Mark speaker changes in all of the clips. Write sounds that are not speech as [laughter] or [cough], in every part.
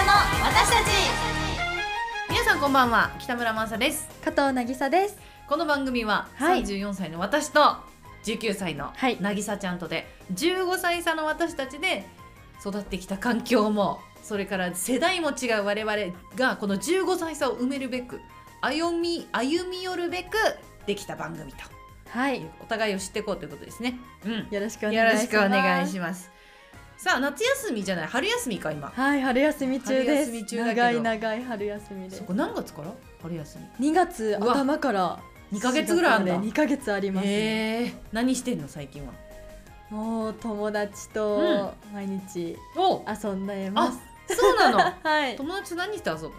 Speaker 1: 私たち皆さんこんばんは北村真沙です
Speaker 2: 加藤なぎさです
Speaker 1: この番組は
Speaker 2: はい
Speaker 1: 34歳の私と19歳の
Speaker 2: はい
Speaker 1: 渚ちゃんとで15歳差の私たちで育ってきた環境もそれから世代も違う我々がこの15歳差を埋めるべく歩み歩み寄るべくできた番組と
Speaker 2: は
Speaker 1: いう
Speaker 2: い
Speaker 1: お互いを知っていこうということですね。うん
Speaker 2: よろしくお
Speaker 1: よ
Speaker 2: 願
Speaker 1: ろ
Speaker 2: い
Speaker 1: し
Speaker 2: しま
Speaker 1: く
Speaker 2: す
Speaker 1: お願いします。さあ夏休みじゃない春休みか今。
Speaker 2: はい春休み中です
Speaker 1: 春休み中だけど
Speaker 2: 長い長い春休みです
Speaker 1: そこ何月から春休み。
Speaker 2: 2月
Speaker 1: うわ
Speaker 2: 頭から
Speaker 1: 二ヶ月ぐらいあるんだ
Speaker 2: 2ヶ月あります、ね
Speaker 1: へえ何してんの最近は。
Speaker 2: もう友達と毎日
Speaker 1: お
Speaker 2: 遊んでま
Speaker 1: あ
Speaker 2: す、
Speaker 1: そうなの。
Speaker 2: [laughs] はい
Speaker 1: [laughs]
Speaker 2: う
Speaker 1: 友達と何して遊ぶの。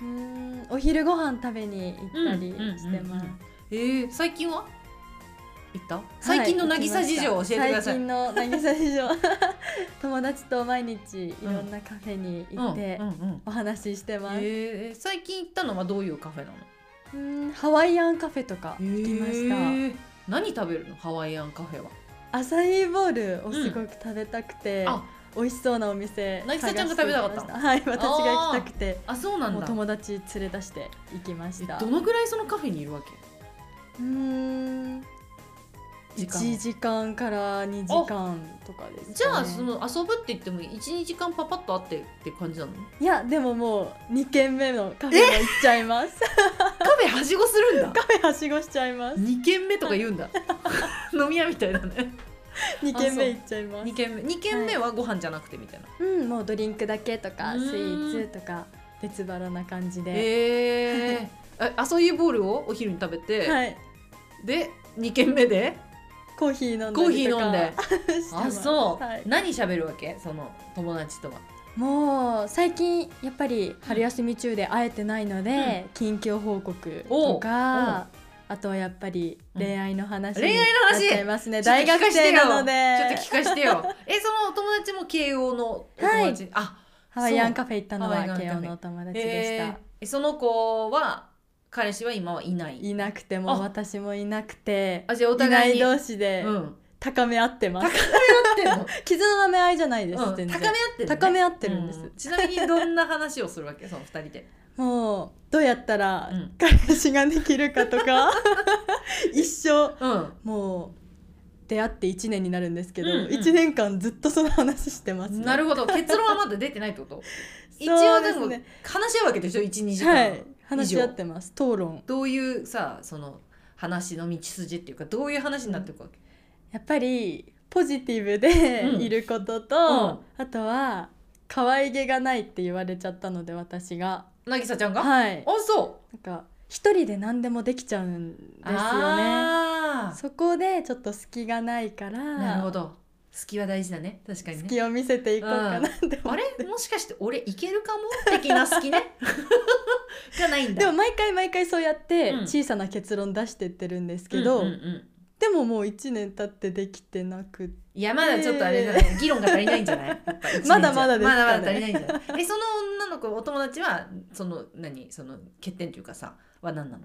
Speaker 2: ーんお昼ご飯食べに行ったりしてます、
Speaker 1: うんうんうんうんええ最近は。行った。最近の渚事情を教えてください。
Speaker 2: はい行きました最近
Speaker 1: [laughs]
Speaker 2: の渚事情友達と毎日いろんなカフェに行って
Speaker 1: うんうんうん
Speaker 2: お話ししてます、
Speaker 1: ええ最近行ったのはどういうカフェなの。
Speaker 2: うーんハワイアンカフェとか行きました、
Speaker 1: へえ何食べるのハワイアンカフェは。
Speaker 2: アサイーボールをすごく食べたくて、
Speaker 1: あ
Speaker 2: 美味しそうなお店
Speaker 1: 渚ちゃんが食べたかったの
Speaker 2: 探してきまはい私が行きたくて
Speaker 1: あそうなん
Speaker 2: もう
Speaker 1: だ。
Speaker 2: 友達連れ出して行きました
Speaker 1: ど
Speaker 2: う
Speaker 1: のぐらいそのカフェにいるわけ。
Speaker 2: ーん
Speaker 1: 時間は
Speaker 2: 1時間から2時間とかです、ね、
Speaker 1: じゃあその遊ぶって言っても12時間パパッと会ってって感じなの
Speaker 2: いやでももう2軒目のカフェも行っちゃいます
Speaker 1: カフェはしごするんだ
Speaker 2: カフェ [laughs] はしごしちゃいます
Speaker 1: 2軒目とか言
Speaker 2: [laughs]
Speaker 1: うんだ飲み屋みたいだね
Speaker 2: 2軒目行っちゃいます
Speaker 1: 2軒目二軒目はご飯じゃなくてみたいな、
Speaker 2: うんもうドリンクだけとか
Speaker 1: うーん
Speaker 2: スイーツとか別腹な感じで、
Speaker 1: へええアソイーボールをお昼に食べて、
Speaker 2: はい
Speaker 1: で2軒目で
Speaker 2: コーヒー飲んだりとか
Speaker 1: コーヒー飲んで [laughs]
Speaker 2: してま
Speaker 1: あ
Speaker 2: す
Speaker 1: そう、
Speaker 2: はい
Speaker 1: 何喋るわけその友達とは
Speaker 2: もう最近やっぱり春休み中で会えてないので、近況報告とかあとはやっぱり恋愛の話
Speaker 1: うん恋愛の話
Speaker 2: になっちゃいますね
Speaker 1: ちょっと聞
Speaker 2: 大
Speaker 1: か
Speaker 2: 学
Speaker 1: せて
Speaker 2: 生
Speaker 1: よ
Speaker 2: なので
Speaker 1: ちょっと聞かして
Speaker 2: [laughs]
Speaker 1: よえそのお友達も慶応のお友達、あ
Speaker 2: ハワイアンカフェ行ったの
Speaker 1: ハワイアン
Speaker 2: は
Speaker 1: カフェ
Speaker 2: 慶応のお友達でし
Speaker 1: へ
Speaker 2: た
Speaker 1: ええその子は彼氏は今はいない
Speaker 2: いなくて
Speaker 1: あ
Speaker 2: も私もいなくて
Speaker 1: あじゃあお
Speaker 2: いな
Speaker 1: 互い
Speaker 2: い
Speaker 1: に
Speaker 2: 同士で [laughs]
Speaker 1: うん
Speaker 2: 高め合ってます、 [laughs]
Speaker 1: ってんの
Speaker 2: 傷の舐め合いじゃないです、
Speaker 1: うん
Speaker 2: 全
Speaker 1: 高
Speaker 2: 然
Speaker 1: め合ってる、ね、
Speaker 2: 高め合ってるんです
Speaker 1: うちなみにどんな話をするわけその二人で
Speaker 2: もうどうやったら
Speaker 1: うん
Speaker 2: 彼氏ができるかとか [laughs] 一生
Speaker 1: うん
Speaker 2: もう出会って1年になるんですけど、
Speaker 1: うんうん
Speaker 2: 一1年間ずっとその話してます、
Speaker 1: なる
Speaker 2: ほ
Speaker 1: ほど結論はまだ出てないってこと一
Speaker 2: そ
Speaker 1: 応
Speaker 2: うで
Speaker 1: ですも
Speaker 2: ね
Speaker 1: 話し合うわけでしょ12時間、
Speaker 2: はい話し合ってます討論
Speaker 1: どういうさその話の道筋っていうかどういう話になっていくわけ、
Speaker 2: やっぱりポジティブで
Speaker 1: うん
Speaker 2: いることと、あとは可愛げがないって言われちゃったので私が
Speaker 1: 渚ちゃんが、
Speaker 2: はい
Speaker 1: あそう
Speaker 2: なんか一人で何でもできちゃうんですよね
Speaker 1: あー
Speaker 2: そこでちょっと隙がないから
Speaker 1: なるほど隙は大事だね確かにね
Speaker 2: 隙を見せていこうかなって
Speaker 1: あ
Speaker 2: 思って
Speaker 1: れもしかして俺いけるかも的な好き [laughs] ねじゃないんだ
Speaker 2: でも毎回毎回そうやって
Speaker 1: うん
Speaker 2: 小さな結論出してってるんですけど、
Speaker 1: うんうんうん
Speaker 2: でももう1年経ってできてなく
Speaker 1: いやまだちょっとあれだね、議論が足りないんじゃないやっぱ一年じゃ
Speaker 2: [laughs] まだまだですかね
Speaker 1: まだまだ足りないんじゃないえその女の子お友達はその何その欠点というかさは何なの、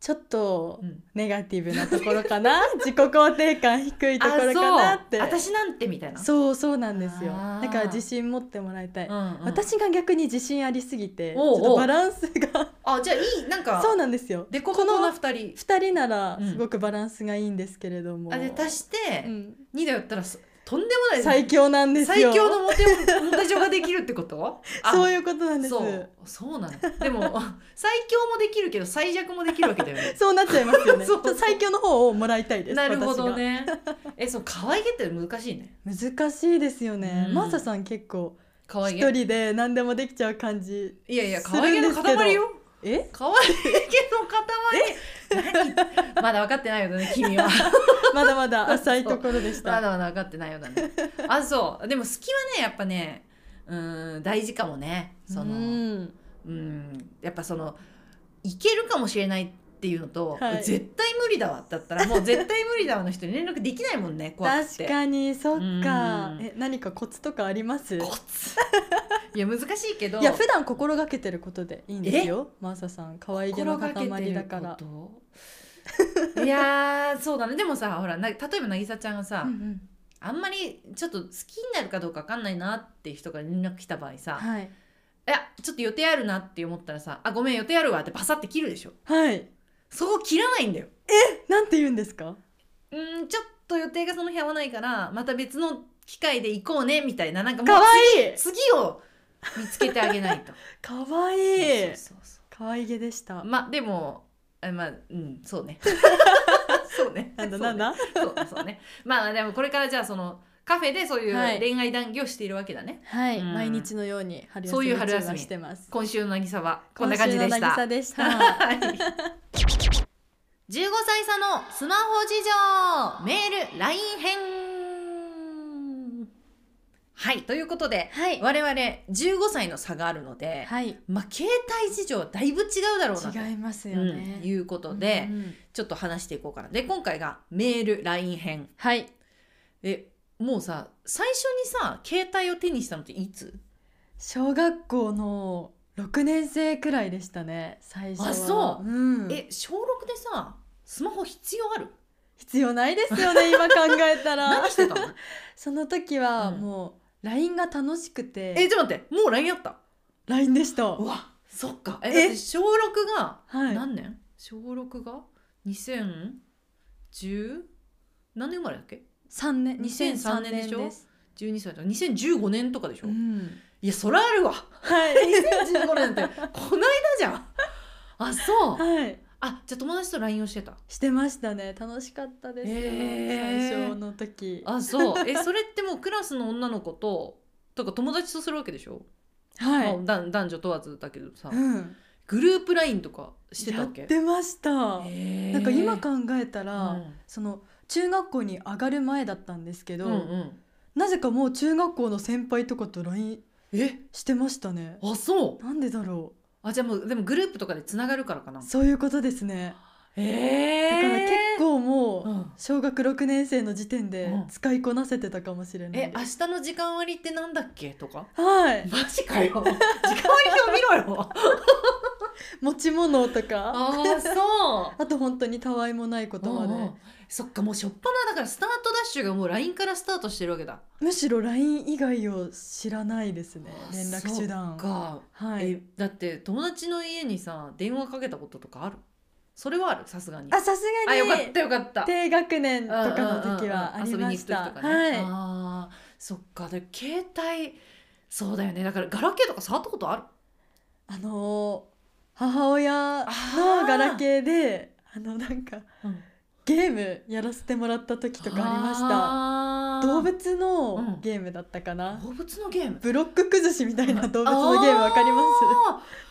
Speaker 2: ちょっと
Speaker 1: うん、
Speaker 2: ネガティブなところかな [laughs] 自己肯定感低いところかなって
Speaker 1: あそう私なんてみたいなう、
Speaker 2: そうそうなんですよ
Speaker 1: あー
Speaker 2: だから自信持ってもらいた
Speaker 1: ん
Speaker 2: い、
Speaker 1: うん、
Speaker 2: 私が逆に自信ありすぎてち
Speaker 1: おうお
Speaker 2: ょ
Speaker 1: う
Speaker 2: っとバランスが
Speaker 1: あじゃあいいなんか
Speaker 2: そうなんですよ
Speaker 1: でここの二人
Speaker 2: 2人なら
Speaker 1: うん
Speaker 2: すごくバランスがいいんですけれども、
Speaker 1: あで足して
Speaker 2: うん
Speaker 1: 二だよったらすとんでもない
Speaker 2: 最強なんですよ
Speaker 1: 最強のモテモテ女ができるってことあ
Speaker 2: そういうことなんですそ
Speaker 1: そう
Speaker 2: う
Speaker 1: そうなのでも [laughs] 最強もできるけど最弱もできるわけだよね
Speaker 2: なっちゃいますよね
Speaker 1: [laughs] そうそう
Speaker 2: 最強の方をもらいたいです
Speaker 1: なるほど
Speaker 2: 私が
Speaker 1: ね。 [laughs] え、そう可愛げって難しいね。
Speaker 2: 難しいですよね、
Speaker 1: うん
Speaker 2: マーサさん結構
Speaker 1: 可愛
Speaker 2: 一
Speaker 1: げ。
Speaker 2: 人で何でもできちゃう感じ
Speaker 1: いやいや、可愛げの塊よ。
Speaker 2: え
Speaker 1: 可愛げの
Speaker 2: [laughs]
Speaker 1: 塊。何 [laughs] まだ分かってないようだね、君は。
Speaker 2: まだ
Speaker 1: [laughs]
Speaker 2: まだ浅いところでし
Speaker 1: ま
Speaker 2: た
Speaker 1: だまだ分かってないようだね。あ、そう。でも好きはね、やっぱね、うーん、大事かもね。その、
Speaker 2: う
Speaker 1: うんん、やっぱその、いけるかもしれないっていうのと、
Speaker 2: はい
Speaker 1: 絶対無理だわだったら、もう絶対無理だわの人に連絡できないもんね、怖くて。
Speaker 2: 確かにそっ
Speaker 1: う
Speaker 2: か
Speaker 1: ん
Speaker 2: え何かコツとかあります
Speaker 1: コツ。いや、難しいけど。
Speaker 2: いや普段心がけてることでいいんですよマーサさん可愛げの塊だから
Speaker 1: 心がけてること [laughs] いやーそうだねでもさほらな例えば渚ちゃんがさ、
Speaker 2: うんうん
Speaker 1: あんまりちょっと好きになるかどうかわかんないなっていう人から連絡来た場合さ、
Speaker 2: はい
Speaker 1: いやちょっと予定あるなって思ったらさ「あごめん予定あるわ」ってパサって切るでしょ
Speaker 2: はい
Speaker 1: そこ切らないんだよ
Speaker 2: なんて言うんですか
Speaker 1: うんちょっと予定がその日合わないからまた別の機会で行こうねみたいななんかもう
Speaker 2: かわいい
Speaker 1: 次を見つけてあげ
Speaker 2: [laughs]
Speaker 1: ないと
Speaker 2: かわいい
Speaker 1: そうそうそう
Speaker 2: 可愛げでした
Speaker 1: まあでもあまあうんそう
Speaker 2: [laughs]
Speaker 1: ねそうね
Speaker 2: なんだなん
Speaker 1: だ
Speaker 2: だ
Speaker 1: そうねそうねまあでもこれからじゃあそのカフェでそうい
Speaker 2: は
Speaker 1: う
Speaker 2: い
Speaker 1: 恋愛談義をしているわけだね、
Speaker 2: はい、
Speaker 1: うん
Speaker 2: 毎日のように春休
Speaker 1: そう
Speaker 2: み
Speaker 1: いう春休み
Speaker 2: 中はしてます
Speaker 1: 今週の渚はこんな感じでした
Speaker 2: 今週の渚でした
Speaker 1: [laughs] はい15歳差のスマホ事情メール LINE 編はいということで
Speaker 2: はい
Speaker 1: 我々15歳の差があるので、
Speaker 2: はい
Speaker 1: まあ携帯事情はだいぶ違うだろうなと
Speaker 2: 違いますよね、
Speaker 1: うんいうことで、
Speaker 2: うんうん
Speaker 1: ちょっと話していこうかなで今回がメール LINE 編
Speaker 2: はい
Speaker 1: えもうさ最初にさ携帯を手にしたのっていつ
Speaker 2: 小学校の六年生くらいでしたね最初は、
Speaker 1: あそう
Speaker 2: うん、
Speaker 1: え小6でさスマホ必要ある
Speaker 2: 必要ないです
Speaker 1: [laughs]
Speaker 2: よね今考えたら
Speaker 1: 何
Speaker 2: [laughs]
Speaker 1: してたの
Speaker 2: その時は
Speaker 1: うん
Speaker 2: もう LINE が楽しくて、
Speaker 1: えちょっと待ってもう LINE あった
Speaker 2: LINE でした
Speaker 1: うわそっかえ
Speaker 2: え
Speaker 1: だって小6が
Speaker 2: はい
Speaker 1: 何年、小6が 2010? 何年生まれだっけ
Speaker 2: 三年
Speaker 1: 2003年でしょ
Speaker 2: す
Speaker 1: ?12 歳だから2015年とかでしょ、
Speaker 2: うん
Speaker 1: いやそらあるわ
Speaker 2: はい
Speaker 1: 2015年ってこないだじゃんあそう
Speaker 2: [laughs] はい
Speaker 1: あじゃあ友達と LINE をしてた
Speaker 2: してましたね楽しかったですよ、
Speaker 1: へー
Speaker 2: 最初の時
Speaker 1: あそうえそれってもうクラスの女の子ととか友達とするわけでしょ、
Speaker 2: は
Speaker 1: まあ
Speaker 2: い、
Speaker 1: だん男女問わずだけどさ
Speaker 2: うん、
Speaker 1: グループ LINE とかしてた
Speaker 2: や
Speaker 1: っ
Speaker 2: っ
Speaker 1: け
Speaker 2: てました、
Speaker 1: へー
Speaker 2: なんか今考えたら、
Speaker 1: うん
Speaker 2: その中学校に上がる前だったんですけど、
Speaker 1: うんうん
Speaker 2: なぜかもう中学校の先輩とかと LINE
Speaker 1: え
Speaker 2: してましたね
Speaker 1: あそう
Speaker 2: なんでだろ
Speaker 1: あじゃあもうでもグループとかでつながるからかな
Speaker 2: うそういうことですね
Speaker 1: へ
Speaker 2: だ
Speaker 1: え
Speaker 2: から結構もう、
Speaker 1: うん
Speaker 2: 小学6年生の時点で
Speaker 1: うん
Speaker 2: 使いこなせてたかもしれない
Speaker 1: え
Speaker 2: で
Speaker 1: 明
Speaker 2: す、
Speaker 1: 日の時間割ってなんだっけとか
Speaker 2: は
Speaker 1: [laughs]
Speaker 2: い
Speaker 1: マジかよ時間割表見ろよ
Speaker 2: 持ち物とかあ
Speaker 1: あ
Speaker 2: [laughs]
Speaker 1: あそう
Speaker 2: と本当にたわいもないことまで、
Speaker 1: うんうんそっかもうしょっぱなだからスタートダッシュがもう LINE からスタートしてるわけだ
Speaker 2: むしろ LINE 以外を知らないですね
Speaker 1: あ
Speaker 2: 連絡手
Speaker 1: そ
Speaker 2: 段
Speaker 1: っか、
Speaker 2: はい
Speaker 1: えだって友達の家にさ電話かけたこととかあるそれはあるさすがに
Speaker 2: あさす
Speaker 1: あ
Speaker 2: が
Speaker 1: よ
Speaker 2: に
Speaker 1: かったよかった
Speaker 2: 低学年とかの時はありまし
Speaker 1: うんうんうんうん
Speaker 2: た、
Speaker 1: 遊びに行く時とかね、
Speaker 2: はい
Speaker 1: あーそっかで携帯そうだよねだからガラケーとか触ったことある
Speaker 2: あのー母親のガラケーであのなんか
Speaker 1: うん
Speaker 2: ゲームやらせてもらった時とかありました
Speaker 1: あー
Speaker 2: 動物
Speaker 1: うん
Speaker 2: のゲームだったかな、
Speaker 1: 動物のゲーム
Speaker 2: ブロック崩しみたいな動物のゲームわかります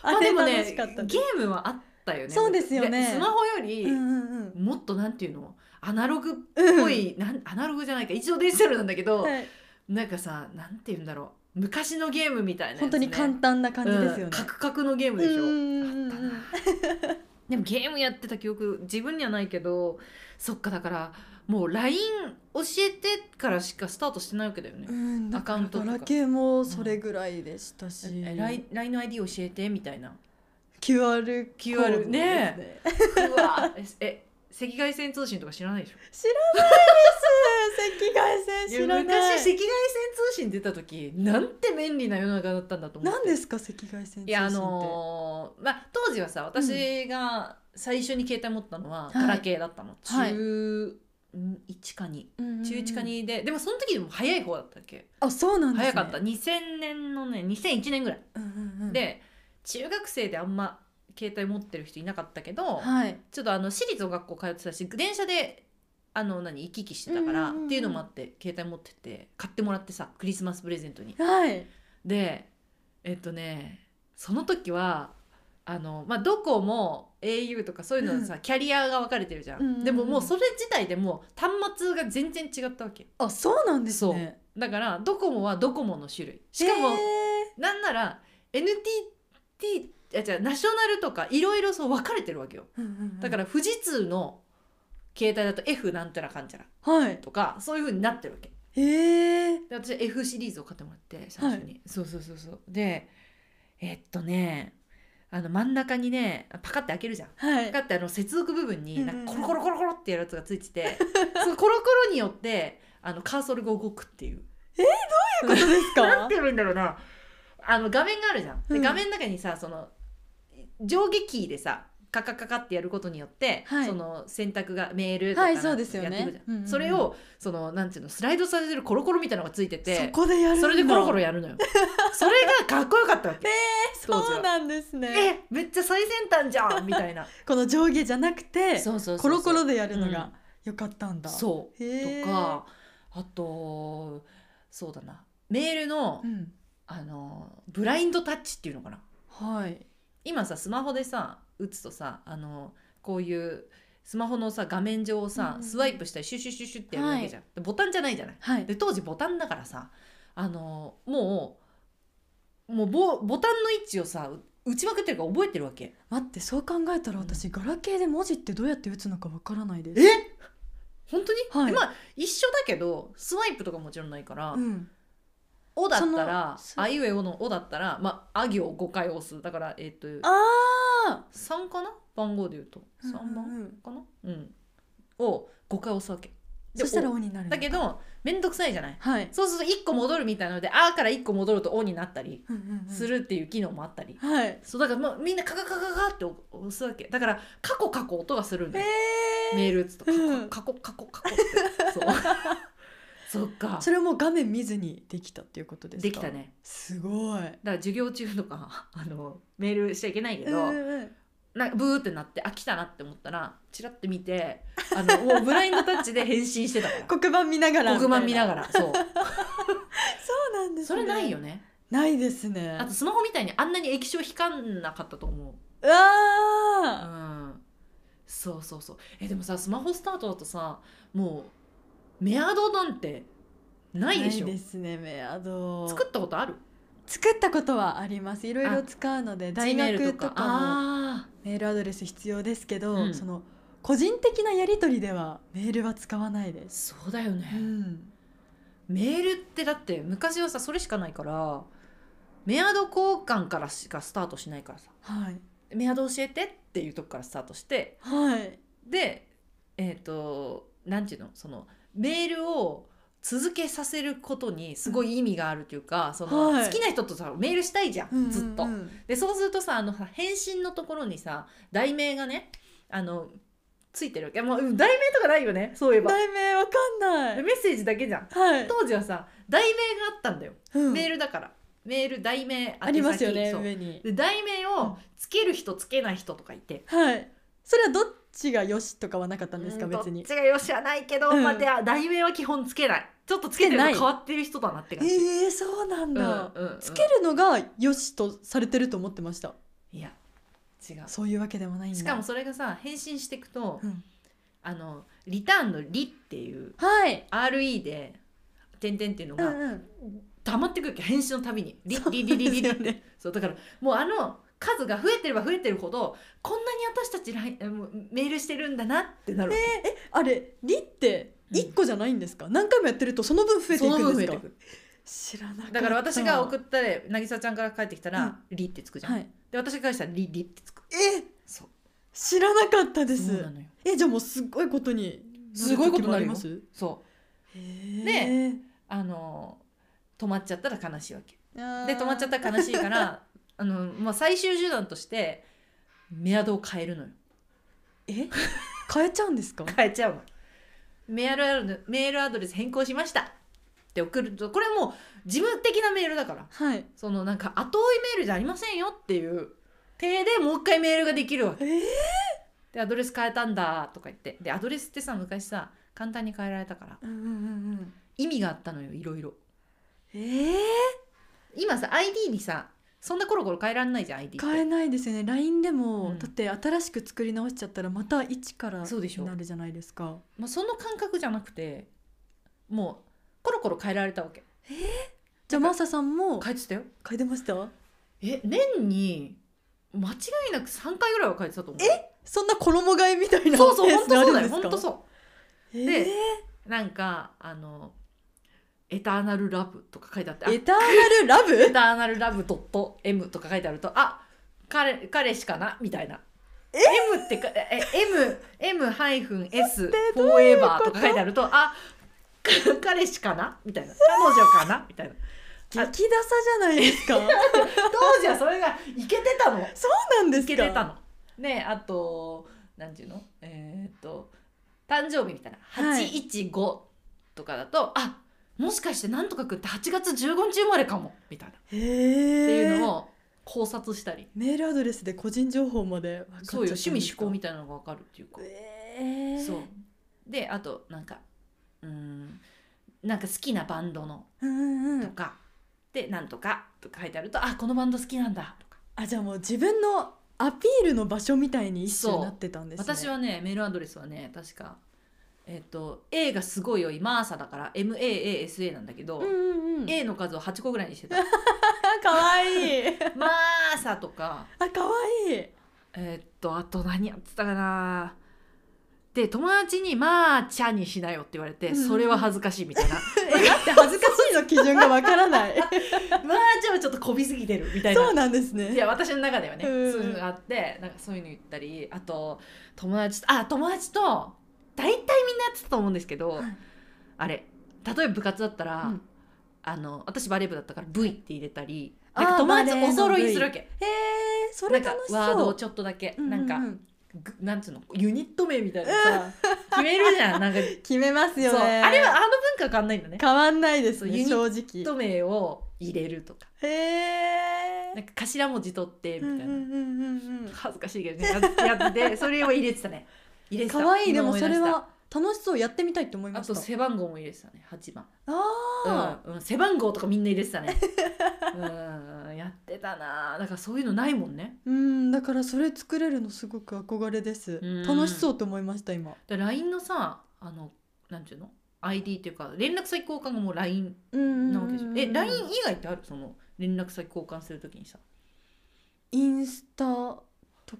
Speaker 1: あー
Speaker 2: あ
Speaker 1: まあで
Speaker 2: れ
Speaker 1: も
Speaker 2: 楽
Speaker 1: ね
Speaker 2: しかったです
Speaker 1: ゲームはあったよね
Speaker 2: そうですよね
Speaker 1: スマホより、
Speaker 2: うんうんうん
Speaker 1: もっとなんていうのアナログっ
Speaker 2: うん
Speaker 1: ぽい、なんアナログじゃないか一応デジタルなんだけど、
Speaker 2: はい
Speaker 1: なんかさなんていうんだろう昔のゲームみたいなやつ、ね、
Speaker 2: 本当に簡単な感じです
Speaker 1: う
Speaker 2: よ
Speaker 1: ん
Speaker 2: ね
Speaker 1: カクカクのゲームでしょ、
Speaker 2: うん
Speaker 1: あったなでもゲームやってた記憶自分にはないけどそっかだからもう LINE 教えてからしかスタートしてないわけだよね
Speaker 2: う、んだから
Speaker 1: アカウントとか
Speaker 2: ガラケーもそれぐらいでしたし、
Speaker 1: え LINE LINE の ID 教えてみたいな
Speaker 2: QR コードです
Speaker 1: QR
Speaker 2: [laughs]
Speaker 1: ねうわ [laughs] ええ赤外線通信とか知らないで
Speaker 2: [laughs]
Speaker 1: しょ
Speaker 2: 知らないです赤外線知ら
Speaker 1: や
Speaker 2: ない
Speaker 1: 昔赤外線通信出た時なんて便利な世の中だったんだと思って
Speaker 2: 何ですか赤外線通信って
Speaker 1: いやあのーまあ当時はさ私が最初に携帯持ったのは
Speaker 2: い
Speaker 1: ガラケーだったの、
Speaker 2: はい
Speaker 1: 中1か2
Speaker 2: うんうんうん
Speaker 1: 中1か2で、でもその時でも早い方だったっけ、
Speaker 2: あそうなんですね
Speaker 1: 早かった2000年のね2001年ぐらい、
Speaker 2: うんうんうん
Speaker 1: で中学生であんま携帯持ってる人いなかったけど、
Speaker 2: はい
Speaker 1: ちょっとあの私立の学校通ってたし電車であの何行き来してたから、
Speaker 2: うんうんうん
Speaker 1: っていうのもあって携帯持ってて買ってもらってさクリスマスプレゼントに。
Speaker 2: はい
Speaker 1: でえっとねその時はあの、まあ、ドコモ au とかそういうのさ、キャリアが分かれてるじゃん,、
Speaker 2: うんうんうん
Speaker 1: でももうそれ自体でもう端末が全然違ったわけ
Speaker 2: あそうなんですね
Speaker 1: だからドコモはドコモの種類しかも、
Speaker 2: へ
Speaker 1: なんなら NTT あ違うナショナルとかいろいろそう分かれてるわけよ
Speaker 2: ーうんうんうん
Speaker 1: だから富士通の携帯だと F なんたらかんちゃら
Speaker 2: はい
Speaker 1: とかそういう風になってるわけ
Speaker 2: へえ
Speaker 1: で私 F シリーズを買ってもらって最初に、そうそうそうそうでえっとねあの真ん中にねパカって開けるじゃん
Speaker 2: はい
Speaker 1: パカってあの接続部分になんか
Speaker 2: う
Speaker 1: コ
Speaker 2: んう
Speaker 1: ロコ
Speaker 2: んうん
Speaker 1: ロコロコロってやるやつがついててそのコロコロによってあのカーソルが動くっていう
Speaker 2: そういうことです
Speaker 1: なん
Speaker 2: か
Speaker 1: て言うんだろうなあの画面があるじゃん。で
Speaker 2: うん
Speaker 1: 画面の中にさその上下キーでさカカカカってやることによって、
Speaker 2: はい
Speaker 1: その選択がメールとか
Speaker 2: はい
Speaker 1: なんか
Speaker 2: そうですよね
Speaker 1: やってくじゃん
Speaker 2: うんうんうん
Speaker 1: それをそのなんていうのスライドさせるコロコロみたいなのがついてて
Speaker 2: そこでやるんだ
Speaker 1: それでコロコロやるの
Speaker 2: [laughs]
Speaker 1: よ。それがかっこよかったわけ。当時は
Speaker 2: そうなんですね
Speaker 1: えめっちゃ最先端じゃんみた
Speaker 2: [laughs]
Speaker 1: いな。
Speaker 2: この上下じゃなくて
Speaker 1: そうそうそうそう
Speaker 2: コロコロでやるのがよかったんだ、う
Speaker 1: そう
Speaker 2: へー
Speaker 1: とかあとそうだなメールの,、
Speaker 2: うん
Speaker 1: あのブラインドタッチっていうのかな
Speaker 2: はい
Speaker 1: 今さスマホでさ打つとさあのこういうスマホのさ画面上をさ、
Speaker 2: うん
Speaker 1: スワイプしたりシュシュシュシュってやるわけじゃん、でボタンじゃないじゃない
Speaker 2: はい
Speaker 1: で当時ボタンだからさあのもうもうボボタンの位置をさ打ちまくってるから覚えてるわけ
Speaker 2: 待ってそう考えたら私、ガラケーで文字ってどうやって打つのかわからないです
Speaker 1: え本当に、
Speaker 2: はい
Speaker 1: でまあ一緒だけどスワイプとかもちろんないから、
Speaker 2: うん
Speaker 1: おだったら
Speaker 2: その
Speaker 1: あいうえおのおだったらまああ行5回押すだからえっ、と
Speaker 2: ああ
Speaker 1: 3かな番号で言うと3番かなうんを5回押すわけで
Speaker 2: そしたら
Speaker 1: お
Speaker 2: 「お」になるの
Speaker 1: だけど面倒くさいじゃない
Speaker 2: はい、
Speaker 1: そうすると1個戻るみたいなので「あ」から1個戻ると「お」になったり
Speaker 2: うんうんうん
Speaker 1: するっていう機能もあったり、
Speaker 2: はい
Speaker 1: そうだからもうみんなカカカカカって押すわけだからカコカコ音がするんだよ、
Speaker 2: え
Speaker 1: メール打つと
Speaker 2: うん
Speaker 1: カコカコカコカコってそう
Speaker 2: [laughs]
Speaker 1: そっか
Speaker 2: それも画面見ずにできたっていうことですか
Speaker 1: できたね
Speaker 2: すご
Speaker 1: だ
Speaker 2: い
Speaker 1: から授業中とかあのメールしちゃいけないけど、
Speaker 2: うんうんうん
Speaker 1: なんかブーってなってあ来たなって思ったらチラッて見てあのもうブラインドタッチで返信してたか
Speaker 2: 黒板見ながら
Speaker 1: ら黒板見な
Speaker 2: ら
Speaker 1: がらそう
Speaker 2: [laughs] そうなんです、
Speaker 1: そ
Speaker 2: ね、
Speaker 1: れないよね
Speaker 2: ないですね
Speaker 1: あとスマホみたいにあんなに液晶光んなかったと思う
Speaker 2: う
Speaker 1: う
Speaker 2: わー
Speaker 1: んそうそうそうえでもさスマホスタートだとさもうメアドなんてないでしょ
Speaker 2: ないですねメアド
Speaker 1: 作ったことある
Speaker 2: 作ったことはありますいろいろ使うので大
Speaker 1: Gmail
Speaker 2: 学とかも
Speaker 1: あ
Speaker 2: メールアドレス必要ですけど、
Speaker 1: うん
Speaker 2: その個人的なやり取りではメールは使わないで
Speaker 1: ー
Speaker 2: す、
Speaker 1: そうだよね、
Speaker 2: うん、
Speaker 1: メールってだって昔はさそれしかないからメアド交換からしかスタートしないからさ
Speaker 2: はい
Speaker 1: メアド教えてっていうとこからスタートして
Speaker 2: はい
Speaker 1: でえっ、となんていうのそのメールを続けさせることにすごい意味があるというか、その
Speaker 2: はい
Speaker 1: 好きな人とさメールしたいじゃん、
Speaker 2: うんうんうん
Speaker 1: ずっと。でそうするとさあのさ返信のところにさ題名がねあのついてるわけもう題名とかないよねそういえば。
Speaker 2: 題名わかんな
Speaker 1: メ
Speaker 2: い
Speaker 1: ッセージだけじゃん。
Speaker 2: はい、
Speaker 1: 当時はさ題名があったんだよ。
Speaker 2: うん
Speaker 1: メールだからメール題名宛先
Speaker 2: ありますよね
Speaker 1: そう
Speaker 2: 上に
Speaker 1: で題名をつける人つけない人とかいて
Speaker 2: はいそれはどっちがよしとかはなかったんですか
Speaker 1: うん
Speaker 2: 別に
Speaker 1: どっちがよしはないけど、
Speaker 2: うん
Speaker 1: まあでは題名は基本つけないちょっとつけてると
Speaker 2: つけない
Speaker 1: 変わってる人だなって感じ、
Speaker 2: えー、そうなんだ、
Speaker 1: うんうんうん
Speaker 2: つけるのがよしとされてると思ってました
Speaker 1: いや違う
Speaker 2: そういうわけでもないんだ
Speaker 1: しかもそれがさ返信していくと、
Speaker 2: うん
Speaker 1: あのリターンの「リ」っていう
Speaker 2: はい、
Speaker 1: RE で点々っていうの
Speaker 2: うん
Speaker 1: が
Speaker 2: うん、
Speaker 1: 溜まってくるわけ返信のたび
Speaker 2: [laughs]
Speaker 1: に「リ」「リ」「リ」「リ」「リ」
Speaker 2: ですよね
Speaker 1: そうだからもうあの数が増えてれば増えてるほどこんなに私たちラインあもうメールしてるんだなってなるわけ
Speaker 2: あれ「り」って一個じゃないんですか、何回もやってるとその分増えてい
Speaker 1: その
Speaker 2: く
Speaker 1: 分
Speaker 2: ん
Speaker 1: 増
Speaker 2: で
Speaker 1: え
Speaker 2: す
Speaker 1: て
Speaker 2: か
Speaker 1: くる
Speaker 2: 知らなかった
Speaker 1: だから私が送ったで渚ちゃんから帰ってきたら「り」ってつくじゃん、
Speaker 2: はい、
Speaker 1: で私が返したら「り」「り」ってつく
Speaker 2: え
Speaker 1: そう
Speaker 2: 知らなかったです
Speaker 1: そうなのよ
Speaker 2: えじゃあもうすっごいことに
Speaker 1: すごいことになるよ
Speaker 2: る時も
Speaker 1: そう
Speaker 2: あります
Speaker 1: ね
Speaker 2: ね
Speaker 1: あの止まっちゃったら悲しいわけ
Speaker 2: で止
Speaker 1: で止まっちゃったら悲しいから [laughs] あの、まあ、最終手段としてメアドを変えるのよ
Speaker 2: え変えちゃうんですか
Speaker 1: 変えちゃうのメールアドレスメールアドレス変更しましたって送るとこれもう自分的なメールだから
Speaker 2: はい
Speaker 1: そのなんか後追いメールじゃありませんよっていう手でもう一回メールができるわけ
Speaker 2: えー、
Speaker 1: でアドレス変えたんだとか言ってでアドレスってさ昔さ簡単に変えられたから
Speaker 2: うんうんうんうん
Speaker 1: 意味があったのよいろいろ
Speaker 2: え
Speaker 1: 今さ ID にさそんなコロコロ変えられないじゃん ID っ
Speaker 2: ー、
Speaker 1: て
Speaker 2: 変えないですよね LINE でも、
Speaker 1: うん
Speaker 2: だって新しく作り直しちゃったらまた一から
Speaker 1: そうでしょ
Speaker 2: になるじゃないですか
Speaker 1: まあ、その感覚じゃなくてもうコロコロ変えられたわけ
Speaker 2: じゃあマーサさんも
Speaker 1: 変えてたよ
Speaker 2: 変えてました
Speaker 1: え年に間違いなく3回ぐらいは変えてたと思うえ
Speaker 2: そんな衣替えみたいな
Speaker 1: そうそう
Speaker 2: ペ
Speaker 1: 本
Speaker 2: ース
Speaker 1: 当
Speaker 2: であ
Speaker 1: そう
Speaker 2: る
Speaker 1: だよ
Speaker 2: んですか
Speaker 1: 本当そう
Speaker 2: え
Speaker 1: なんかあのエターナルラブとか書いてあってあ
Speaker 2: ーエターナルラ
Speaker 1: エ
Speaker 2: ブ
Speaker 1: ターナルラブドット M とか書いてあるとあ彼彼氏かなみたいな。M ってかえ M M ハイフン S フォーエ [laughs] バーとか書いてあるとあか彼氏かなみたいな彼女かなみたいな
Speaker 2: 激ダサじゃないで
Speaker 1: [laughs]
Speaker 2: すかそう
Speaker 1: 当時はそれがいけてたの
Speaker 2: なんで
Speaker 1: い
Speaker 2: すか
Speaker 1: けてたの。ねあと何ていうのえーっと誕生日みたいな
Speaker 2: はい
Speaker 1: 815とかだと、あもしかしてなんとかくんって8月15日生まれかもみたいなっ
Speaker 2: へ
Speaker 1: てい
Speaker 2: え
Speaker 1: うのを考察したり、
Speaker 2: メールアドレスで個人情報まで分かっ
Speaker 1: そう
Speaker 2: ちゃったん
Speaker 1: よ
Speaker 2: ですか
Speaker 1: 趣味嗜好みたいなのが分かるっていうか。
Speaker 2: えー
Speaker 1: そうであとなんかうーんなんか好きなバンドの
Speaker 2: うんうんう
Speaker 1: と
Speaker 2: ん
Speaker 1: か、でなんとかとか書いてあるとあこのバンド好きなんだとか、
Speaker 2: あじゃあもう自分のアピールの場所みたいに一種になってたんですね
Speaker 1: 私はねメールアドレスはね確かえっ、と A がすごいよ今朝だから MAASA なんだけど、
Speaker 2: うんうんうん
Speaker 1: A の数を8個ぐらいに
Speaker 2: [laughs]
Speaker 1: してた
Speaker 2: あ可愛い
Speaker 1: マーサとか
Speaker 2: あ可愛い
Speaker 1: [laughs] えっとあと何やってたかなで友達に「まあちゃんにしなよ」って言われて、
Speaker 2: うん
Speaker 1: それは恥ずかしいみたいな
Speaker 2: えだって恥ずかしいの基準がわからない
Speaker 1: 「まあちゃんはちょっとこびすぎてる」みたいな
Speaker 2: そうなんですね
Speaker 1: いや私の中ではね、
Speaker 2: うん
Speaker 1: そういうのがあってなんかそういうの言ったりあと友達とあ友達と大体みんなやってたと思うんですけど、
Speaker 2: い
Speaker 1: あれ例えば部活だったら、
Speaker 2: うん
Speaker 1: あの私バレー部だったから V って入れたり
Speaker 2: あー
Speaker 1: なんか友達
Speaker 2: バ
Speaker 1: と
Speaker 2: レ
Speaker 1: お
Speaker 2: ーの
Speaker 1: 揃いにするわけ
Speaker 2: へえそ
Speaker 1: な
Speaker 2: れ
Speaker 1: んか
Speaker 2: 楽しそう
Speaker 1: ワードをちょっとだけ、
Speaker 2: うんうんうん
Speaker 1: なんかぐなんつうのユニット名みたいなさ、決めるじゃん
Speaker 2: [laughs]
Speaker 1: なんか
Speaker 2: 決めますよ
Speaker 1: そう
Speaker 2: ね
Speaker 1: あれはあの文化変わんないんだね。
Speaker 2: [laughs] 変わんないです
Speaker 1: そうユ
Speaker 2: ね
Speaker 1: ニ
Speaker 2: 正
Speaker 1: ユニッ
Speaker 2: 直
Speaker 1: ト名を入れるとか
Speaker 2: へえ
Speaker 1: なんか頭文字取ってみたいな。
Speaker 2: か
Speaker 1: 恥ずかしいけどねややっててそれを入れてたね入れてた
Speaker 2: わいいで
Speaker 1: 今
Speaker 2: も
Speaker 1: 思出
Speaker 2: それ
Speaker 1: した
Speaker 2: は楽しそうやってみたいって思い
Speaker 1: あ
Speaker 2: まし
Speaker 1: と
Speaker 2: た
Speaker 1: 背番号も入れてたね8番
Speaker 2: あ
Speaker 1: うん、うん、背番号とかみんな入れてた
Speaker 2: [laughs]
Speaker 1: ねうんやってたなだからそういうのないもんね
Speaker 2: ーうんだからそれ作れるのすごく憧れです
Speaker 1: うん
Speaker 2: 楽しそうと思いました今
Speaker 1: で LINE のさあのなんていうの ID っていうか連絡先交換がもう LINE な
Speaker 2: な
Speaker 1: わけでしょえ LINE 以外ってあるその連絡先交換するときにさ
Speaker 2: インスタと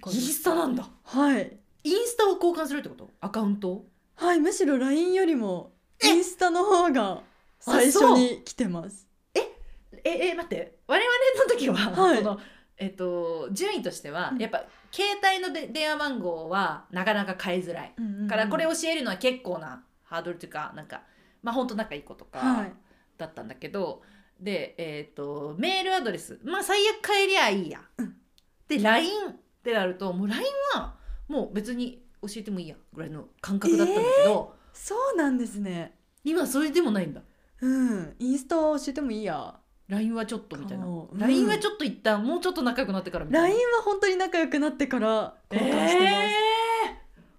Speaker 2: か
Speaker 1: インスタなんだ
Speaker 2: はい
Speaker 1: インスタを交換するってことアカウントを
Speaker 2: はいむしろ LINE よりもインスタの方が最初に来てます
Speaker 1: ええ待って我々の時は、
Speaker 2: はい
Speaker 1: そのえっと順位としては、
Speaker 2: うん
Speaker 1: やっぱ携帯ので電話番号はなかなか変えづらいだからこれ
Speaker 2: を
Speaker 1: 教えるのは結構なハードルというかなんかまあ本当仲いい子と
Speaker 2: は
Speaker 1: か
Speaker 2: い
Speaker 1: だったんだけど、でえっ、とメールアドレスまあ最悪変えりゃいいや、
Speaker 2: うん
Speaker 1: で LINE ってなるともう LINE はもう別に教えてもいいやぐらいの感覚だったんだけど、
Speaker 2: そうなんですね
Speaker 1: 今それでもないんだ
Speaker 2: うんインスタは教えてもいいや
Speaker 1: LINE はちょっとみたいな、
Speaker 2: かもうん
Speaker 1: LINE はちょっと一旦もうちょっと仲良くなってからみたいな
Speaker 2: LINE は本当に仲良くなってから交換してます、
Speaker 1: え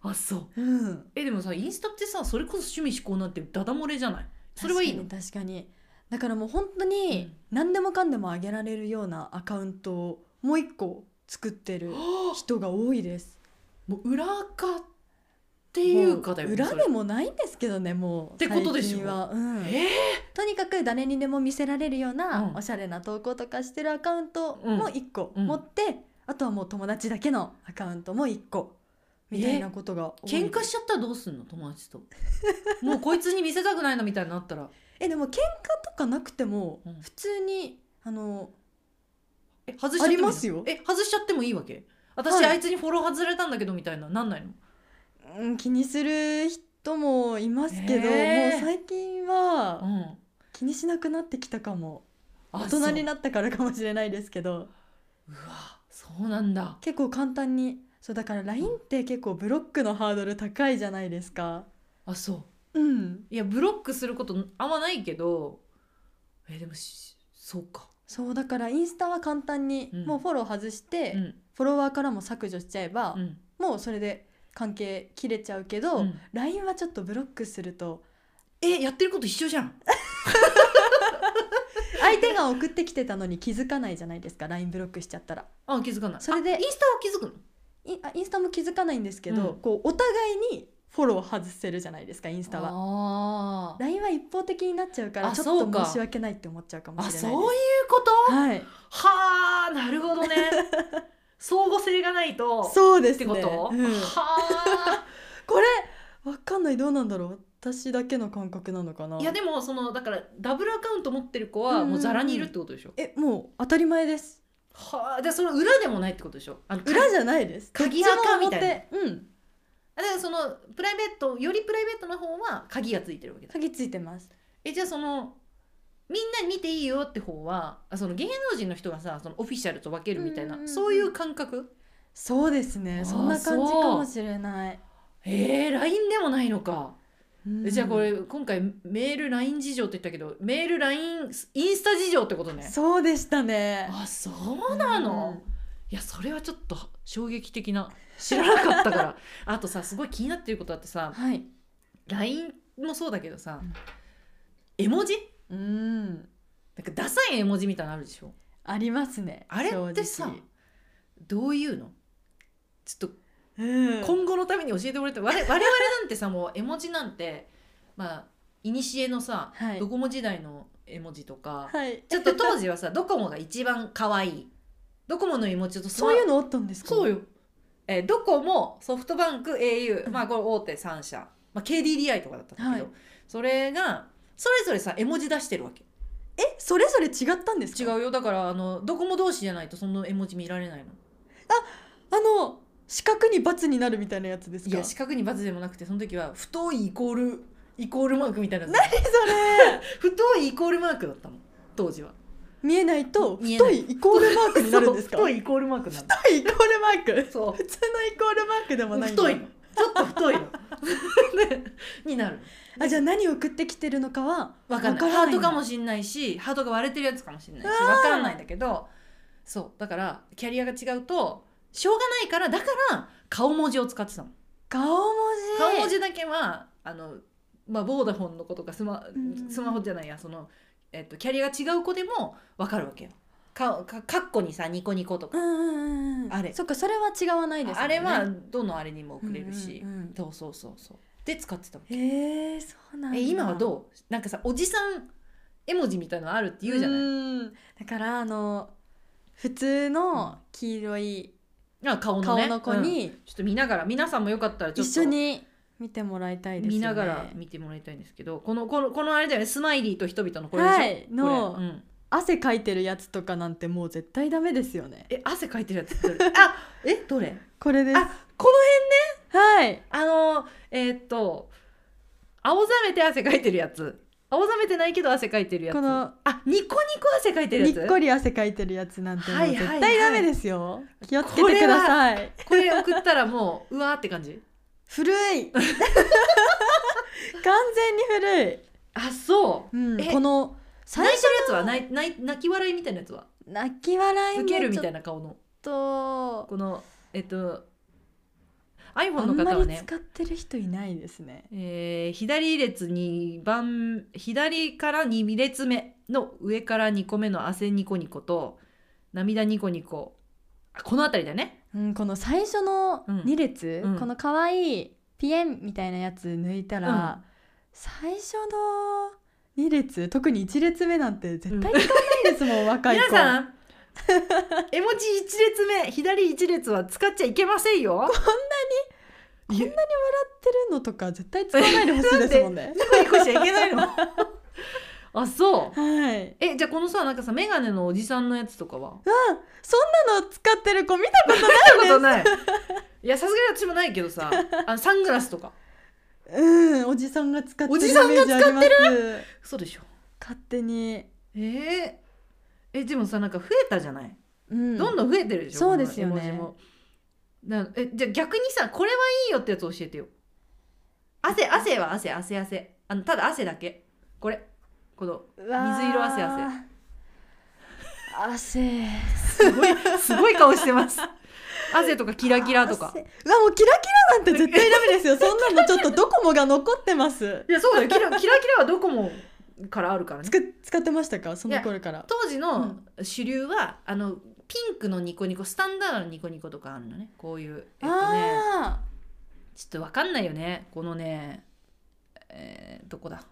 Speaker 1: ー、あそう
Speaker 2: うん
Speaker 1: えでもさインスタってさそれこそ趣味嗜好なんてダダ漏れじゃないそれはいいの
Speaker 2: 確かに確かにだからもう本当に何でもかんでもあげられるようなアカウントをもう一個作ってる
Speaker 1: はあ
Speaker 2: 人が多いです
Speaker 1: もう裏垢っていうかだよ
Speaker 2: も
Speaker 1: ね
Speaker 2: う裏
Speaker 1: それ
Speaker 2: でもないんですけどねもう
Speaker 1: ってことでしょ
Speaker 2: 最近は、うん、
Speaker 1: え
Speaker 2: とにかく誰にでも見せられるよう
Speaker 1: う
Speaker 2: なんおしゃれな投稿とかしてるアカウントも一個
Speaker 1: うん
Speaker 2: 持って、あとはもう友達だけのアカウントも一個みたいなことが
Speaker 1: ー
Speaker 2: 多い
Speaker 1: 喧嘩しちゃったらどうすんの友達
Speaker 2: [laughs]
Speaker 1: ともうこいつに見せたくないなみたいになったら
Speaker 2: えでも喧嘩とかなくても
Speaker 1: うん
Speaker 2: 普通にあの
Speaker 1: え外しちゃってもいい
Speaker 2: あり
Speaker 1: の
Speaker 2: ますよ
Speaker 1: え外しちゃってもいいわけ私、
Speaker 2: はい
Speaker 1: あいつにフォロー外れたんだけどみたいななんないの
Speaker 2: うん気にする人もいますけど、
Speaker 1: えー
Speaker 2: もう最近は
Speaker 1: ん
Speaker 2: 気にしなくなってきたかも大
Speaker 1: 大
Speaker 2: 人に
Speaker 1: な
Speaker 2: なったからかもしれないですけど
Speaker 1: うわそうなんだ
Speaker 2: 結構簡単にそうだから LINE って結構ブロックのハードル高いじゃないですか。
Speaker 1: あそう
Speaker 2: うん
Speaker 1: いやブロックすることあんまないけどえでもしそうか
Speaker 2: そうだからインスタは簡単に、
Speaker 1: うん
Speaker 2: もうフォロー外して、
Speaker 1: うん
Speaker 2: フォロワーからも削除しちゃえば、
Speaker 1: うん
Speaker 2: もうそれで関係切れちゃうけど、
Speaker 1: うん
Speaker 2: LINE はちょっとブロックすると
Speaker 1: えやってること一緒じゃん
Speaker 2: 相手が送ってきてたのに気づかないじゃないですか LINE ブロックしちゃったら
Speaker 1: あ気づかない
Speaker 2: それで
Speaker 1: あインスタは気づくの
Speaker 2: いあインスタも気づかないんですけど、
Speaker 1: うん
Speaker 2: こうお互いにフォロー外せるじゃないですかインスタは。
Speaker 1: あー
Speaker 2: LINE は一方的になっちゃうから
Speaker 1: あ
Speaker 2: ちょっ
Speaker 1: そうか
Speaker 2: と申し訳ないって思っちゃうかもし
Speaker 1: あ
Speaker 2: れないです。
Speaker 1: そういうこと
Speaker 2: はい、
Speaker 1: はあなるほど
Speaker 2: [laughs]
Speaker 1: ね相互性がないと
Speaker 2: そうで
Speaker 1: っ
Speaker 2: す
Speaker 1: てこ
Speaker 2: ね。
Speaker 1: と、
Speaker 2: うん
Speaker 1: は
Speaker 2: これわかんないどうなんだろう私だけの感覚なのかな
Speaker 1: あいやでもそのだからダブルアカウント持ってる子は
Speaker 2: うん
Speaker 1: もうザラにいるってことでしょ、
Speaker 2: えもう当たり前です
Speaker 1: はあでその裏でもないってことでしょあの
Speaker 2: 裏じゃないです
Speaker 1: 鍵垢みたいな
Speaker 2: どっちも表うん
Speaker 1: あでそのプライベートよりプライベートの方は鍵がついてるわけだ
Speaker 2: 鍵ついてます
Speaker 1: えじゃあそのみんな見ていいよって方はあその芸能人の人がさそのオフィシャルと分けるみたいな、
Speaker 2: うんうんうん
Speaker 1: そういう感覚
Speaker 2: そうですね
Speaker 1: あ
Speaker 2: そんな感じかもしれない、
Speaker 1: えー、LINE でもないのか、
Speaker 2: うん
Speaker 1: えじゃあこれ今回メール LINE 事情って言ったけどメール LINE インスタ事情ってことね
Speaker 2: そうでしたね
Speaker 1: あそうなの、
Speaker 2: うん
Speaker 1: いやそれはちょっと衝撃的な知らなかったからあとさすごい気になってることあってさ
Speaker 2: はい
Speaker 1: LINE もそうだけどさ、
Speaker 2: うん
Speaker 1: 絵文字
Speaker 2: うん
Speaker 1: なんかダサい絵文字みたいなのあるでしょ
Speaker 2: ありますね
Speaker 1: あれってさ
Speaker 2: 正直
Speaker 1: どういうのちょっと
Speaker 2: うん
Speaker 1: 今後のために教えてもらって我々我々なんてさもう絵文字なんてまあいにしえのさ、
Speaker 2: はい
Speaker 1: ドコモ時代の絵文字とか、
Speaker 2: はい
Speaker 1: ちょっと当時はさドコモが一番可愛いドコモの絵文字と
Speaker 2: [laughs] そういう
Speaker 1: の
Speaker 2: のあったんですか
Speaker 1: そうよ、えードコモソフトバンク au
Speaker 2: うん
Speaker 1: まあこれ大手3社、まあ、KDDI とかだったんだけど、
Speaker 2: は
Speaker 1: それがそれぞれさ絵文字出してるわけ
Speaker 2: えそれぞれ違ったんですか
Speaker 1: 違うよだからあのドコモ同士じゃないとその絵文字見られないの
Speaker 2: あの四角に×になるみたいなやつです
Speaker 1: い
Speaker 2: か
Speaker 1: や四角に×でもなくてその時は太いイコールイコールマークみたいなやつ
Speaker 2: 何それ
Speaker 1: 太いイコールマークだったの当時は
Speaker 2: 見えないと
Speaker 1: [laughs] 見えな
Speaker 2: 太
Speaker 1: い
Speaker 2: いイコールマークになるんですか
Speaker 1: そう太いイコールマークなの
Speaker 2: 太いイコールマーク
Speaker 1: そ
Speaker 2: 普通のイコールマークでも
Speaker 1: う
Speaker 2: ないんだ
Speaker 1: 太いのちょっと太いの [laughs] でになる
Speaker 2: あじゃあ何を送ってきてるのかは
Speaker 1: わかんない
Speaker 2: わ
Speaker 1: ハートかも
Speaker 2: し
Speaker 1: しんないしハートが割れてるやつかもしんないし
Speaker 2: あー
Speaker 1: わからないんだけどそうだからキャリアが違うとしょうがないからだから顔文字を使ってたの
Speaker 2: 顔文字
Speaker 1: 顔文字だけはあのまあボーダフォンの子とかスマ
Speaker 2: うん
Speaker 1: スマホじゃないやその、えっと、キャリアが違う子でもわかるわけよかかかっこにさニコニコとか
Speaker 2: うんうんうんうん
Speaker 1: あれ
Speaker 2: そっかそれは違わないですも
Speaker 1: あ
Speaker 2: んね
Speaker 1: れはどのあれにも送れるし、
Speaker 2: うんうんうん
Speaker 1: そうそうそうそうで使ってたわけ
Speaker 2: へえそうなんだ
Speaker 1: え今はどうなんかさおじさん絵文字みたいなのあるって言うじゃない、
Speaker 2: いだからあの普通の黄色い
Speaker 1: あ顔の
Speaker 2: 顔
Speaker 1: ね
Speaker 2: の子
Speaker 1: うんちょ
Speaker 2: に
Speaker 1: っと見ながら皆さんもよかったらちょっと
Speaker 2: 一緒に見てもらいたいですよね
Speaker 1: 見ながら見てもらいたいんですけどこのこのこのあれだよねスマイリーと人々のこれでしょ、
Speaker 2: はいの
Speaker 1: これうん、
Speaker 2: 汗かいてるやつとかなんてもう絶対ダメですよね
Speaker 1: え汗かいてるやつど
Speaker 2: [laughs]
Speaker 1: れあえどれ
Speaker 2: これです
Speaker 1: あこ
Speaker 2: はい
Speaker 1: の辺あのえーっと青ざめて汗かいてるやつ青ざめてないけど汗かいてるやつ
Speaker 2: この
Speaker 1: あニコニコ汗かいてる
Speaker 2: に
Speaker 1: や
Speaker 2: っ
Speaker 1: つ
Speaker 2: こり汗かいてるやつなんてもう絶対ダメですよ、気をつけてください
Speaker 1: これ送ったらもううわーって感じ
Speaker 2: 古い [laughs] 完全に古い、
Speaker 1: あそう
Speaker 2: うん、
Speaker 1: え
Speaker 2: この最
Speaker 1: 泣いて
Speaker 2: 初
Speaker 1: るやつは泣い泣い泣き笑いみたいなやつは
Speaker 2: 泣き笑い
Speaker 1: ウ
Speaker 2: も
Speaker 1: ケるみ
Speaker 2: ちょ
Speaker 1: たい
Speaker 2: っ
Speaker 1: な顔の
Speaker 2: と
Speaker 1: このえっと
Speaker 2: あ
Speaker 1: iPhone の
Speaker 2: んま
Speaker 1: 方は
Speaker 2: り
Speaker 1: ね、
Speaker 2: 使ってる人いないですね
Speaker 1: えー左列2番左から2列目の上から2個目の汗ニコニコと涙ニコニコあこの辺りだよね
Speaker 2: うん、この最初の
Speaker 1: うん
Speaker 2: 2列、
Speaker 1: うん
Speaker 2: この可愛いピエンみたいなやつ抜いたら、最初の2列特に1列目なんて絶対使わないですもん、若い子
Speaker 1: 皆さん [laughs] 絵文字1列目左1列は使っちゃいけませんよ
Speaker 2: こんなに笑ってるのとか絶対使わないでほしいですも
Speaker 1: [laughs]
Speaker 2: んね
Speaker 1: ニコニコしちゃいけないの [laughs] あそう
Speaker 2: はい
Speaker 1: えじゃあこのさなんかさメガネのおじさんのやつとかは
Speaker 2: そんなの使ってる子見たことない
Speaker 1: 見たことないいやさすがに私もないけどさあサングラスとか
Speaker 2: うんおじさんが使って
Speaker 1: お
Speaker 2: る
Speaker 1: じさんが使ってる
Speaker 2: イメージあります
Speaker 1: そうでしょ
Speaker 2: 勝手に、
Speaker 1: えー、えでもさなんか増えたじゃない、
Speaker 2: うん
Speaker 1: どんどん増えてるでしょ
Speaker 2: そうですよね
Speaker 1: この絵文字もなえじゃあ逆にさこれはいいよってやつ教えてよ汗汗は汗汗汗あのただ汗だけこれこの
Speaker 2: うわー
Speaker 1: 水色汗汗
Speaker 2: 汗
Speaker 1: すごいすごい顔して
Speaker 2: [laughs]
Speaker 1: ます汗とかキラキラとか
Speaker 2: 汗うわもうキラキラなんて絶対ダメ
Speaker 1: [laughs]
Speaker 2: ですよそんなのちょっとドコモが残ってます
Speaker 1: いやそうだよキラキラキラはどこもからあるからね
Speaker 2: [laughs] つく使ってましたかその頃から
Speaker 1: 当時の主流は、あのピンクのニコニコスタンダードのニコニコとかあるのねこういうえっとね
Speaker 2: あ
Speaker 1: ちょっとわかんないよねこのねえーどこだ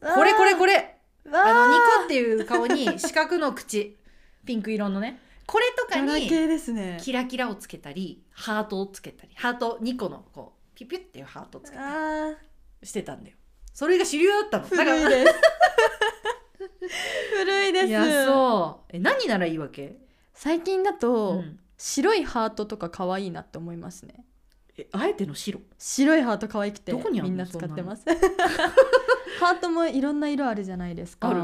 Speaker 2: ー
Speaker 1: これこれこれ
Speaker 2: れ
Speaker 1: あのニコ
Speaker 2: ニ
Speaker 1: っていう顔に四角の
Speaker 2: [laughs]
Speaker 1: 口ピンク色のねこれとか
Speaker 2: ガラ
Speaker 1: に
Speaker 2: ケーですね
Speaker 1: キラキラをつけたりハートをつけたりハート2個のこうピュピュっていうハートをつけた
Speaker 2: あー
Speaker 1: りしてたんだよそれが主流だったのだ
Speaker 2: 古い
Speaker 1: か
Speaker 2: です [laughs] 古いで
Speaker 1: ら
Speaker 2: す
Speaker 1: いやそうえ何ならいいわけ、
Speaker 2: 最近だ
Speaker 1: う
Speaker 2: と、
Speaker 1: ん
Speaker 2: 白いハートとか可愛いなって思いますね
Speaker 1: えあえての白
Speaker 2: 白いハート可愛くて
Speaker 1: どこにあんの
Speaker 2: [laughs] みんな使ってますハートもいろんな色あるじゃないですか
Speaker 1: ある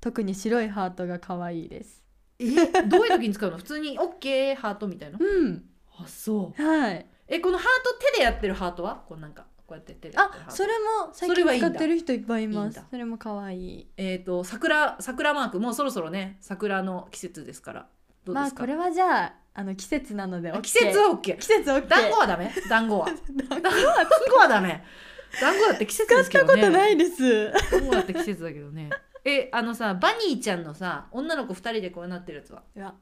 Speaker 2: 特に白いハートが可愛いです
Speaker 1: えどういう時に使うの普通に OK ハートみたいな
Speaker 2: うん
Speaker 1: あそう
Speaker 2: はい
Speaker 1: えこのハート手でやってるハートはこうなんかこうやって手でやってる
Speaker 2: あ
Speaker 1: ハー
Speaker 2: そ
Speaker 1: ト
Speaker 2: れも最
Speaker 1: それはい
Speaker 2: 近
Speaker 1: いんだ
Speaker 2: 使ってる人いっぱいいま
Speaker 1: い
Speaker 2: す
Speaker 1: いんだ
Speaker 2: それも可愛い
Speaker 1: えっ、と桜桜マークもうそろそろね桜の季節ですからどうで
Speaker 2: まあ
Speaker 1: すか、
Speaker 2: これはじゃああの季節なので OK
Speaker 1: 季節は OK
Speaker 2: 季 [laughs] 節 OK
Speaker 1: 団子はダメ団
Speaker 2: [laughs]
Speaker 1: 子は団子はダメ団子だって季節ですけ
Speaker 2: 使った
Speaker 1: どね
Speaker 2: ことないです
Speaker 1: 団子だって季節だけどねえあのさバニーちゃんのさ女の子二人でこうなってるやつは
Speaker 2: うわ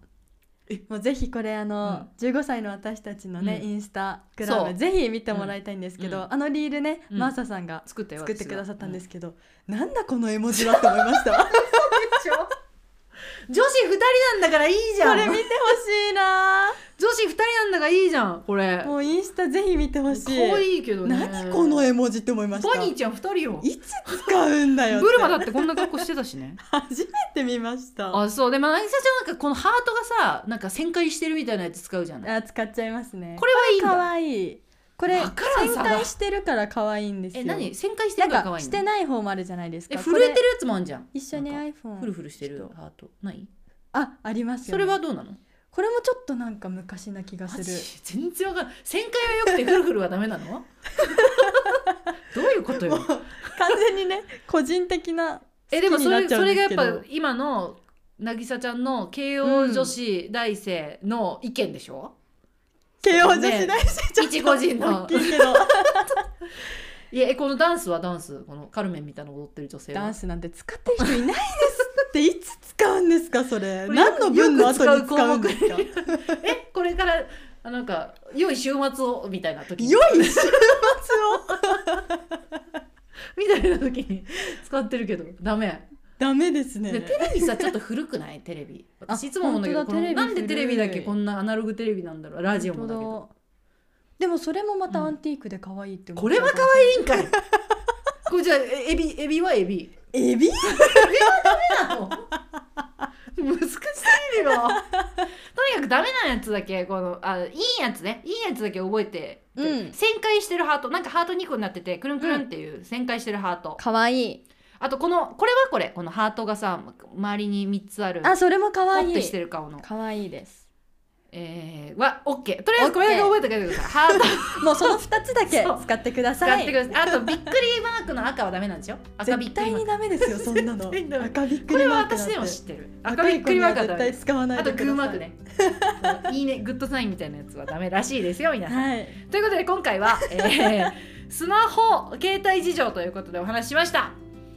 Speaker 2: もうぜひこれあの、15歳の私たちのね、
Speaker 1: うん
Speaker 2: インスタグラ
Speaker 1: そう
Speaker 2: ムぜひ見てもらいたいんですけど、
Speaker 1: うんう
Speaker 2: あのリールね、
Speaker 1: うん
Speaker 2: マーサさんが
Speaker 1: 作ったよ、
Speaker 2: 作ってくださったんですすけど、なんだこの絵文字はって思いましたこ
Speaker 1: 私はうん女子二人なんだから [laughs] いいじゃん
Speaker 2: れ見てほしいな
Speaker 1: 女子二人なんだからいいじゃんこれ
Speaker 2: もうインスタぜひ見てほしい
Speaker 1: 可愛いけどね
Speaker 2: 何この絵文字って思いました
Speaker 1: バニーちゃん二人よ
Speaker 2: いつ使うんだよって
Speaker 1: ブルマだってこんな格好してたし
Speaker 2: [laughs]
Speaker 1: ね
Speaker 2: 初めて見ましたあ
Speaker 1: あそうでも渚ちゃんなんかこのハートがさなんか旋回してるみたいなやつ使うじゃない
Speaker 2: 使っちゃいますね
Speaker 1: これはいいんだ
Speaker 2: 可愛いこれ
Speaker 1: わからん
Speaker 2: 旋
Speaker 1: さ
Speaker 2: 回してるから可愛いんですよ
Speaker 1: え何旋回して
Speaker 2: な
Speaker 1: るから
Speaker 2: ん
Speaker 1: 可
Speaker 2: か
Speaker 1: 愛い
Speaker 2: し
Speaker 1: の
Speaker 2: てない方もあるじゃないです
Speaker 1: え
Speaker 2: か
Speaker 1: 震えてるや
Speaker 2: これ
Speaker 1: つもあんじゃん
Speaker 2: 一緒に
Speaker 1: なんか
Speaker 2: iPhone
Speaker 1: フルフルして
Speaker 2: ちょ
Speaker 1: る
Speaker 2: っと
Speaker 1: ハートない
Speaker 2: ああります
Speaker 1: そ
Speaker 2: よ、
Speaker 1: れ
Speaker 2: ね、
Speaker 1: はどうなの
Speaker 2: これもちょっとなんか昔な気がす
Speaker 1: マジ
Speaker 2: る
Speaker 1: 全然わかんない旋回はよくてフルフルはダメな
Speaker 2: [laughs]
Speaker 1: のどういうこと
Speaker 2: も
Speaker 1: よ
Speaker 2: う完全にね [laughs] 個人的な
Speaker 1: えでもそれ
Speaker 2: 好きになっちゃ
Speaker 1: そ
Speaker 2: うん
Speaker 1: れ
Speaker 2: で
Speaker 1: がや
Speaker 2: す
Speaker 1: っ
Speaker 2: けど
Speaker 1: ぱ今の渚ちゃんの慶応女子大生の意見でしょ、
Speaker 2: 慶応女子大生ちょっと
Speaker 1: 一個人の
Speaker 2: 大き
Speaker 1: [laughs]
Speaker 2: いけど
Speaker 1: いやえこのダンスはダンスこのカルメンみたいなの踊ってる女性は
Speaker 2: ダンスなんて使ってる人いないですっていつ使うんですかそれ
Speaker 1: これよく
Speaker 2: 何の分の後に使うんですか
Speaker 1: よくえこれからあなんか良い週末をみたいな時
Speaker 2: [laughs]
Speaker 1: に [laughs]
Speaker 2: 良い週末を
Speaker 1: みたいな時に使ってるけどダメ
Speaker 2: ダメですね
Speaker 1: でテレビさちょっと古くないテレビ
Speaker 2: あ
Speaker 1: 私いつも思うんだけど
Speaker 2: 本当
Speaker 1: こ
Speaker 2: だ
Speaker 1: の
Speaker 2: テ
Speaker 1: な
Speaker 2: レビ
Speaker 1: んでテレビだけ
Speaker 2: 古い
Speaker 1: こんなアナログテレビなんだろうラジオもだけど
Speaker 2: 本当だでもそれもまたアンティークで可愛いって思
Speaker 1: これは可
Speaker 2: い
Speaker 1: 愛いんかい [laughs] これじゃあえエビエビはエビ
Speaker 2: エビ
Speaker 1: なの難しすぎるよとにかくダメなやつだけこのあいいやつねいいやつだけ覚えて、
Speaker 2: うん
Speaker 1: 旋回してるハートなんかハート2個になっててくるんくるんっていう旋回してるハート、
Speaker 2: 可愛い
Speaker 1: あとこのこれはこれこのハートがさ周りに3つある
Speaker 2: あそれも可
Speaker 1: ポ
Speaker 2: 愛
Speaker 1: ッて
Speaker 2: い
Speaker 1: してる顔の
Speaker 2: 可愛いです
Speaker 1: えー、は OK とりあえずこれだけ覚えてくださいハート
Speaker 2: もう [laughs] その二つだけ
Speaker 1: そう
Speaker 2: 使ってくだ
Speaker 1: 使
Speaker 2: さ
Speaker 1: っ
Speaker 2: い
Speaker 1: てください、あとびっくりマークの赤はダメなんですよ赤びっ
Speaker 2: 絶
Speaker 1: くり
Speaker 2: 対
Speaker 1: マー
Speaker 2: に
Speaker 1: ク
Speaker 2: ダメですよそんなの
Speaker 1: 絶対にダメ
Speaker 2: 赤びっく
Speaker 1: これ
Speaker 2: り
Speaker 1: は
Speaker 2: マーク
Speaker 1: 私でも
Speaker 2: なん
Speaker 1: 知っててる赤びっくりマークはダ
Speaker 2: 絶
Speaker 1: メで
Speaker 2: 対
Speaker 1: す
Speaker 2: 使わない
Speaker 1: あ
Speaker 2: で
Speaker 1: と
Speaker 2: く
Speaker 1: グ
Speaker 2: ださい
Speaker 1: ーマークねいいねグッドサインみたいなやつはダメらしいですよ皆さん
Speaker 2: はい
Speaker 1: ということで今回は、えースマホ携帯事情ということでお話ししました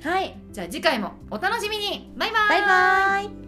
Speaker 2: はい
Speaker 1: じゃあ次回もお楽しみにバイバイ
Speaker 2: バイバイ